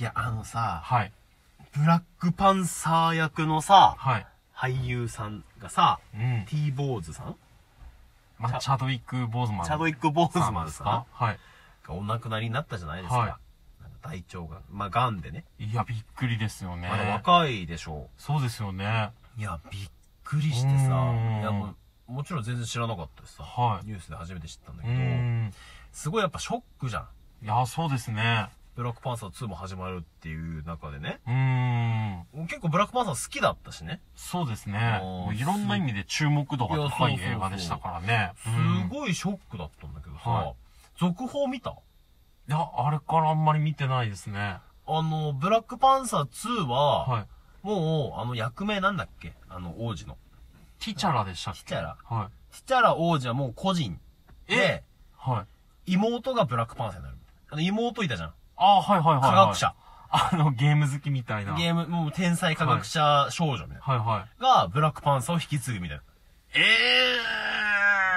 いや、あのさ、はい。ブラックパンサー役のさ、はい。俳優さんがさ、うん。 T ボーズさんまあ、チャドウィック・ボーズマン。チャドウィック・ボーズマンさんがはい。お亡くなりになったじゃないですか。はいなんか大腸がん。まあ、がんでね。いや、びっくりですよね。まだ若いでしょそうですよね。う。いや、びっくりしてさ、いうんやもうもちろん全然知らなかったですさ、はいニュースで初めて知ったんだうけど、ん。すごいやっぱショックじゃん。いや、そうですね。ブラックパンサー2も始まるっていう中でね。うん。結構ブラックパンサー好きだったしね。そうですねあー。もういろんな意味で注目度が高い映画でしたからね。すうんごいショックだったんだけどさ、はい続報見たいや、あれからあんまり見てないですね。あの、ブラックパンサー2は、はい。もう、あの、役名なんだっけあの、王子の。ティチャラでしたっけティチャラはティチャラ王子はもう個人い。で、はい。妹がブラックパンサーになる。あの、妹いたじゃん。あーはいはいはい、はい。科学者。。あの、ゲーム好きみたいな。ゲーム、もう天才科学者少女みたいな。はいはい。が、ブラックパンサーを引き継ぐみたいな。え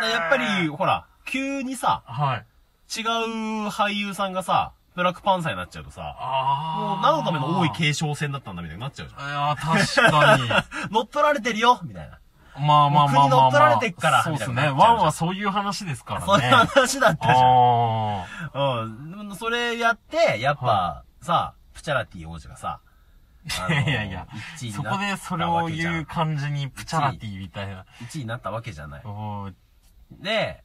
だえからやっぱり、、ほら、急にさ、はい。違う俳優さんがさ、ブラックパンサーになっちゃうとさ、あもあ。う何のための多い継承戦だったんだみたいになっちゃうじゃんいやー、確かに。乗っ取られてるよみたいな。まあまあまあまあ、まもう国乗あ。っ取られてっからそうですみたね。いにワンなっちゃうじゃんはそういう話ですからね。そういう話だったじゃん。あうん。それやって、やっぱ、さ、プチャラティ王子がさ、あ いやいやいや1位ーにそなこったわけじゃでん。それを言う感じに、プチャラティみたいな。 1位になったわけじゃない。おーで、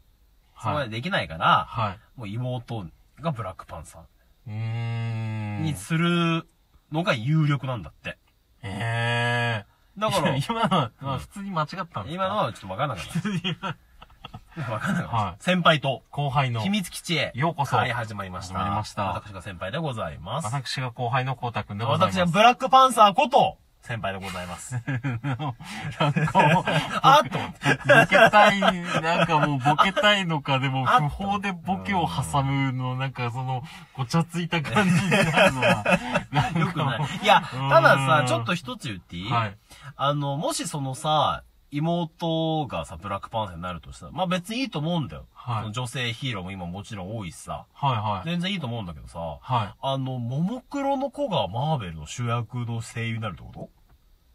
そこまはでい。できないから、はい。もう妹がブラックパンサうーーん。にするのが有力なんだって。ええだからいや、 今のは、まあ、普通に間違ったんですか今のはちょっとわかんなかっ 普通にた。わかんなかった。はい先輩と、後輩の秘、密基地へ。ようこそはい、始まりました。始まりました私が先輩でございます。私が後輩の光太くんでございます。私はブラックパンサーこと、先輩でござい ます。なんかもう、あっと思って。ボケたい、なんかもうボケたいのか、でもあ不法でボケを挟むの、なんかその、ごちゃついた感じになるのは、なん かよくないも。いや、ただうさん、ちょっと一つ言っていい、うはい。あの、もしそのさ、妹がさ、ブラックパンサーになるとしたら、まあ別にいいと思うんだよ。はいその女性ヒーローも今もちろん多いしさ、はいはい。全然いいと思うんだけどさ、はい。あの、ももクロの子がマーベルの主役の声優になるってこと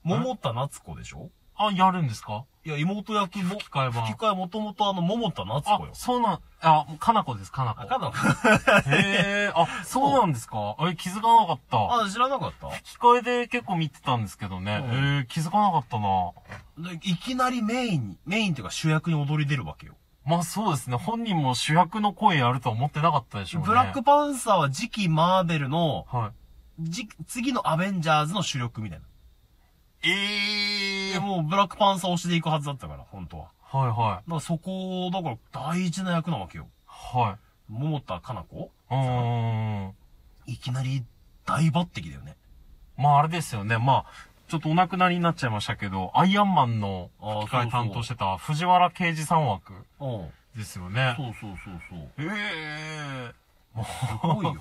桃田夏子でしょあ、やるんですかいや、妹役も、吹き替え版吹き替えもともとあの、桃田夏あ子よ、。そうなん、あ、かなこです、かなあ、こ。かなへえ、あ、そうなんですかえ、気づかなかった。あ、知らなかった吹き替えで結構見てたんですけどうね。えんー、気づかなかったな。でいきなりメインに、メインっていうか主役に踊り出るわけよ。まあそうですね。本人も主役の声やるとは思ってなかったでしょうね。ブラックパンサーは次期マーベルの、は次、次のアベンジャーズの主力みたいな。い。えいや、もうブラックパンサーをしていくはずだったから、本当は。はいはだからそこを、だから大事な役なわけよ。い。はい。桃田かな子うーん。いきなり大抜擢だよね。まああれですよね。まあ、ちょっとお亡くなりになっちゃいましたけど、アイアンマンのあー。吹き替え担当しててた藤原刑事さん枠うん。ですよねそ。うそうそうそう。ええすごい よね。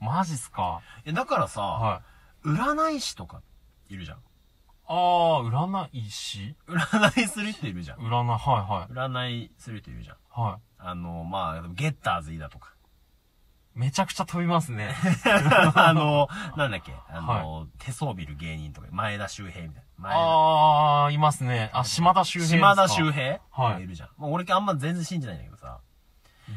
マジっすかいやだからさ、はい。占い師とか、いるじゃん。ああ、占い師占いする人いるじゃん。占い、はいはい。占いする人いるじゃん。はあの、まあ、ゲッターズいだとか。い。めちゃくちゃ飛びま すね。あの、なんだっけ、あの、手相見る芸人とか、前田周平みたいな。前田ああ、いますね。あ、島田周平ですか島田周平はいいるじゃん。まあ俺あんま全然信じないんだけどさ、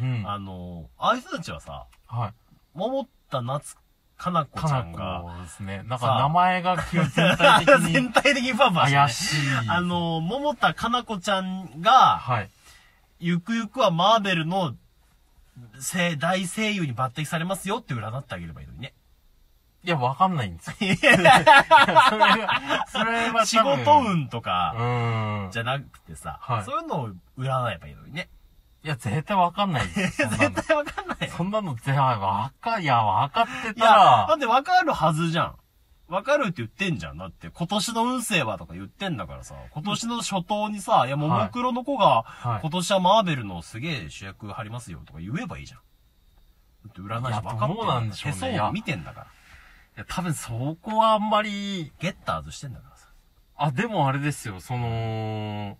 うん。あの、ああいう人たちはさ、はい。桃田夏かな子かちゃなんが、こですね。なんさあか名前が急に全体的 に全体的にファンファン怪してねしい。あ、の、桃田かな子ちゃんが、はい。ゆくゆくはマーベルの声大声優に抜擢されますよって占ってあげればいいのにね。いや、わか んないんですよ。それが、それは仕事運とか、うん。じゃなくてさ、はいそういうのを占えばいいのにね。いや、絶対わかんないです よ。そんなの 絶対わかんないよ。そんなの、ぜわか、いや、わかっていたや、だらっ、てわかるはずじゃん。わかるって言ってんじゃん。だって、今年の運勢はとか言ってんだからさ、今年の初頭にさ、いや、ももクロの子が、はい今年はマーベルのすげえ主役張りますよとか言えばいいじゃん。だって占い師分かっていやどうなんでしょうね手相を見てんだから。いや多分そこはあんまり、ゲッターズしてんだからさ。あ、でもあれですよ、その、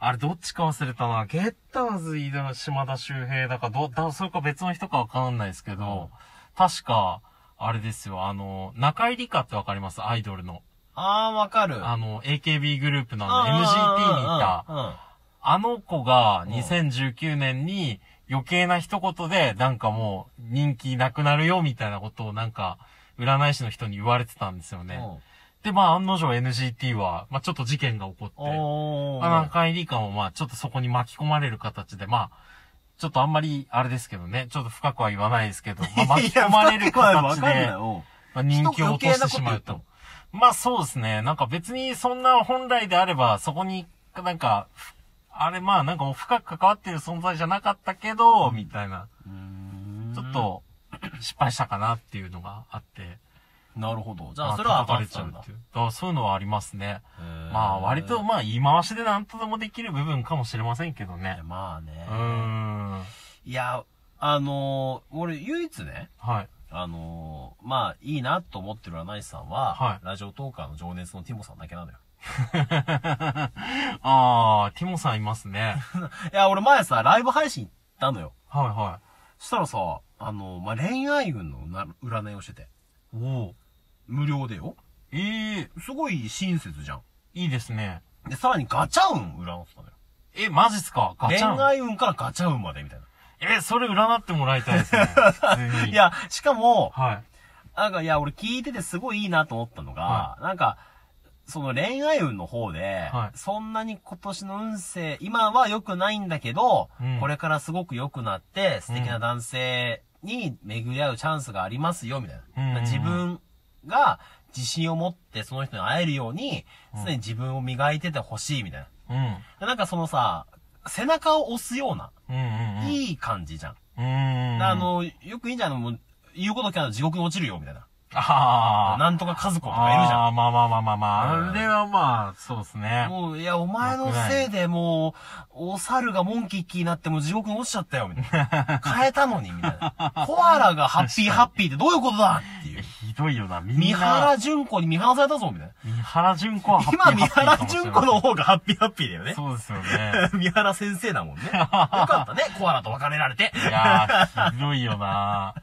あれどっちか忘れたな。ゲッターズ飯田島田周平だか、ど、だ、それか別の人かわかんないですけど、確か、あれですよ、あの、中井理香ってわかりますアイドルの。あー、わかる。あの、AKB グループのあの MGT にいたあ、ー、うんあの子がん2019年に余計な一言で、なんかもう人気なくなるよみたいなことをなんか、占い師の人に言われてたんですようん。うんね。で、まあ案の定 NGT は、まあちょっと事件が起こって、おー。まあ中井理香もまあちょっとそこに巻き込まれる形で、まあ、ちょっとあんまり、あれですけどね、ちょっと深くは言わないですけ ど、まあ、巻き込まれいや深る形くはわかんないで、よまあ、人気を落としてしま人余計なこと言うったとの。まあそうですね。なんか別にそんな本来であれば、そこに、なんか、ふあれまあなんかもう深く関わってる存在じゃなかったけど、みたいな。うんちょっ、と、失敗したかなっていうのがあって。なるほど。じまゃあ、それは叩当たかれっちちゃゃううっんてだい。う。だからそういうのはありますね。ままあ割と、まあ言い回しで何とでもできる部分かもしれませんけどね。まあうね。ーん。いや、あのー俺唯一ね、はい。 あのーまあいいなと思ってる占い師さんは、はいラジオトーカーの情熱のティモさんだけなのよ。あー、ティモさんいますね。いや、俺前さ、ライブ配信行ったのよ。はいはそしたらさ、あのーまあ恋愛運のな占いをしてて。い。おー。無料でよ。えー、すごい親切じゃん。いいですね。で、さらにガチャ運占ってたのよ。え、マジっすかガチャン恋愛運からガチャ運までみたいな。え、それ占ってもらいたいで すね。普通にい、や、しかも、はい。なんか、いや、俺聞いててすごいいいなと思ったのが、はなんか、その恋愛運の方で、はいそんなに今年の運勢、今は良くないんだけど、うんこれからすごく良くなって、素敵な男性に巡り合うチャンスがありますよ、みたいうんうんうな。ん自分が自信を持ってその人に会えるように、常に自分を磨いててほしい、みたいうん。な。なんかそのさ、背中を押すような、うんうんうん。い。いい感じじゃん。うーん。あ、の、よくいいんじゃん、もう、言うこと聞かないと地獄に落ちるよ、みたいな。ああ。なんとか和子とかいるじゃあーまあまあまあまあまうんあ。あれはまあ、そうですん。ね。もう、いや、お前のせいでもう、お猿がモンキッキーになってもう地獄に落ちちゃったよ、みたい な。変えたのに、みたいな。コアラがハッピーハッピーってどういうことだっていう。ひどいよな、みんな。三原淳子に見放されたぞ、みたいな。三原純子はハッピー今、三ハッピ原ーかもしれ淳ま子せんの方がハッピーハッピーだよね。そうですよね。三原先生だもんね。よかったね、コアラと別れられて。いやー、ひどいよな。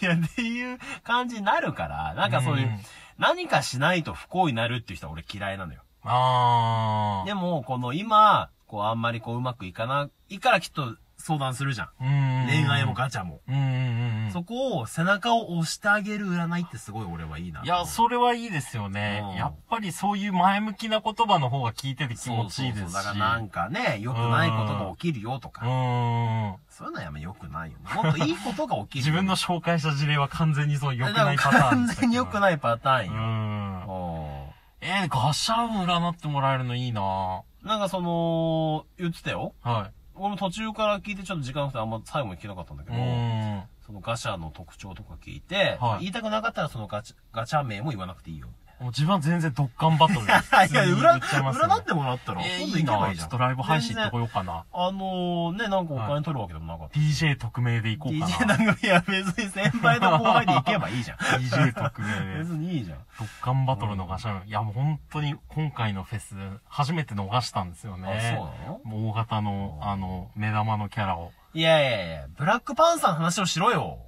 いや、っていう感じになるから、なんかそういう、うん何かしないと不幸になるっていう人は俺嫌いなのよ。ああ。でも、この今、こう、あんまりこう、うまくいかないからきっと相談するじゃん。うん。恋愛も。ガチャも。うんうんうん。そこを背中を押してあげる占いってすごい俺はいいな。いや、それはいいですようんね。やっぱりそういう前向きな言葉の方が聞いてて気持ちいいですし。そうそうそうだからなんかね、良くないことが起きるよとうか。ーん。そういうのはやめ良くないよね。 もっといいことが起きる。自分 の紹介した事例は完全にそう良だくかならいパターン完でしたけ全ど。に良くい。ないパターうンよ。ん。おえー、ガシャン占ってもらえるのいいなーなんかその、言ってたよ。は俺も途中から聞いてちょっと時間がなくてあんま最後まで聞けなかったんだけい。うど、ーん。そのガシャの特徴とか聞いて、はい言いたくなかったらそのガチャ、ガチャ名も言わなくていいよ。もう自分は全然ドッカンバトルで す。いや、裏、普通に言っちゃいますよね占ってもらったら、えー、今度いい行けばないいじちゃょん。っとライブ配信行ってこ全然ようかな。あのー、ね、なんかお金取るわけでもなかった。 DJ 特命で行こ うか DJ な。なんか、いや、別に先輩と後輩で行けばいい じゃん。 DJ 特命で別。にいいじゃん。ドッカンバトルのガシャン。いや、もう本当に今回のフェス、初めて逃したんですよね。あ、そうなのもう大型の、あの、目玉のキャラを。いやいやいや、ブラックパンサーの話をしろよ。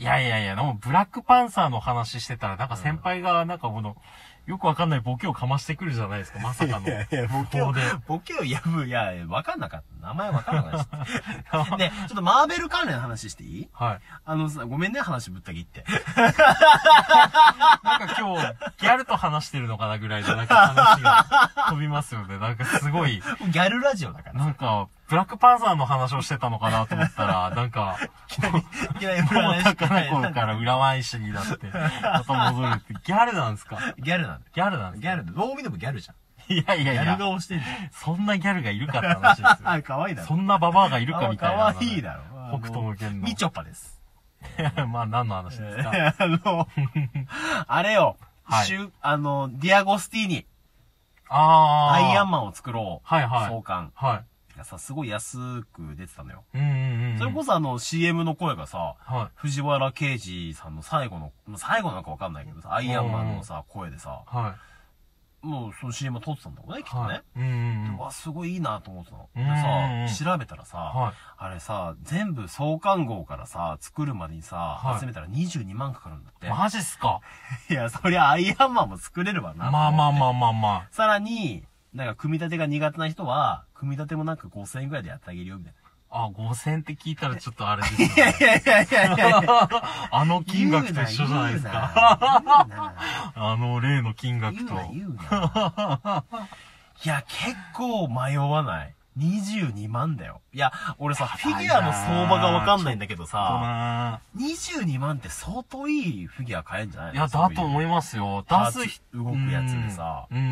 いやいやいや、でもブラックパンサーの話してたら、なんか先輩が、なんかこの、よくわかんないボケをかましてくるじゃないですか、まさかの。ボケをで。ボケをやぶ、いや、わかんなかった。名前わかんなかった。で、ちょっとマーベル関連の話していい はい。あのさ、ごめんね、話ぶった切って。なんか今日、ギャルと話してるのかなぐらいで、なんか話が飛びますよね。なんかすごい、ギャルラジオだ から。なんか、ブラックパンサーの話をしてたのかなと思ったら、なんか、 いやいや、もう占い高い頃から裏返しになって、また戻るって、ギャルなんですか ギャルなんだ。ギャルなんですギャルだ。どう見てもギャルじゃん。ルいやいやいギャルや、顔してんじゃん。そんなギャルがいるかって話ですよ。 あ、可愛いだろ。そんなババアがいるかみたいな。可愛いだろ。あの北斗の剣のみちょぱです。まあ何の話ですか、 あの、あれよ。はいしゅあの、ディアゴスティーニ、ああ。アイアンマンを作ろう。はいはい創刊はがさ、すごい安く出てたのよ。い。うんうんうん。それこそあの、CM の声がさ、はい。藤原啓治さんの最後の、まあ最後なんかわかんないけどさ、アイアンマンのさ、声でさ、はい。もうその CM を撮ってたんだもんね、きっとね。はい。うんうんうんう。わ、すごいいいなと思ってたの。うんうんうんでさ、調べたらさ、はいあれさ、全部創刊号からさ、作るまでにさ、はい集めたら22万かかるんだって。マジっすか いや、そりゃアイアンマンも作れるわな。まあまあまあまあまさらに、なんか組み立てが苦手な人は、組み立てもなんか5000円ぐらいでやってあげるよ、みたいな。あ。あ、5000って聞いたらちょっとあれですよね。いやいやいやいやいや。あの 金額と一緒じゃないですか。か。あの例の金額言うと。な、 言うな。言うな、言うな。いや、結構迷わない。22万だよ。いや、俺さ、フィギュアの相場がわかんないんだけどさ、あ22万って相当いいフィギュア買えんじゃないいや、だと思いまますよ。パ出ーツすひ動くやつでさうんうんう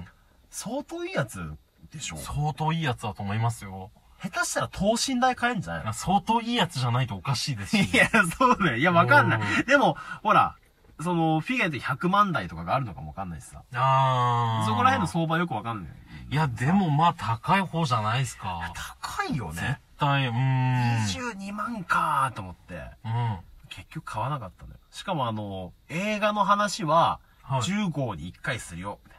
んす。相当いいやつでしょうん。相当いいやつだと思いますよ。下手したら等身大買えんじゃないいや相当いいやつじゃないとおかしいですし。いや、そうだよ。いや、わかんなうい。でも、ほら、その、フィギュアって100万台とかがあるのかもわかんないしさ。あーそこら辺の相場よくわかんない。いや、でもまあ高い方じゃないですか。高いよ絶ね。対、うーん。 22万かーと思って、うん。結局買わなかったのよ。しかもあの、映画の話は、はい10号に1回するよ、みた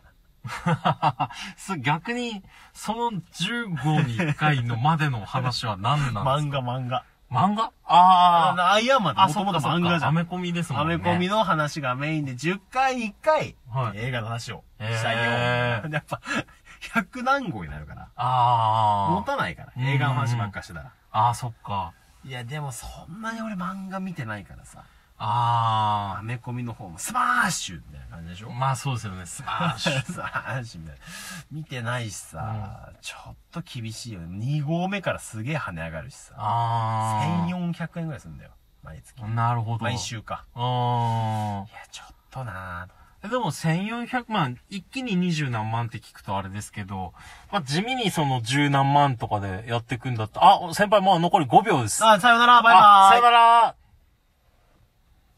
いな。 そう逆に、その15に1回のまでの話は何なんです漫画 漫画。か漫画ああ。あアイアンマンってあ、もとそもうとか、そ漫う画か。じゃアん。メコミですもアんね。メコミの話がメインで10回に1回、はい映画の話をへーしたいよ。でやっぱ、100何号になるから。持ああ。たないからうん。映画の話ばっかしてたら。ああ、そっか。いや、でもそんなに俺漫画見てないからさ。アあメコミの方も、スマッシュみたいな感じでしあ。ょまあそうですよね。スマッシスマュ。ッシュみたいな。見てないしさ、ちょっと厳しいよね。2号目からすげえ跳ね上がるしさ。ああ。 1400円ぐらいするんだよ。毎月。なるほど。毎。週か。うーんいや、ちょっとなぁ。え。でも1400万、一気に20何万って聞くとあれですけど、まあ地味にその10何万とかでやっていくんだったあ、先輩もう残り5秒です。あ、さよなら、バイバーイ。あさよなら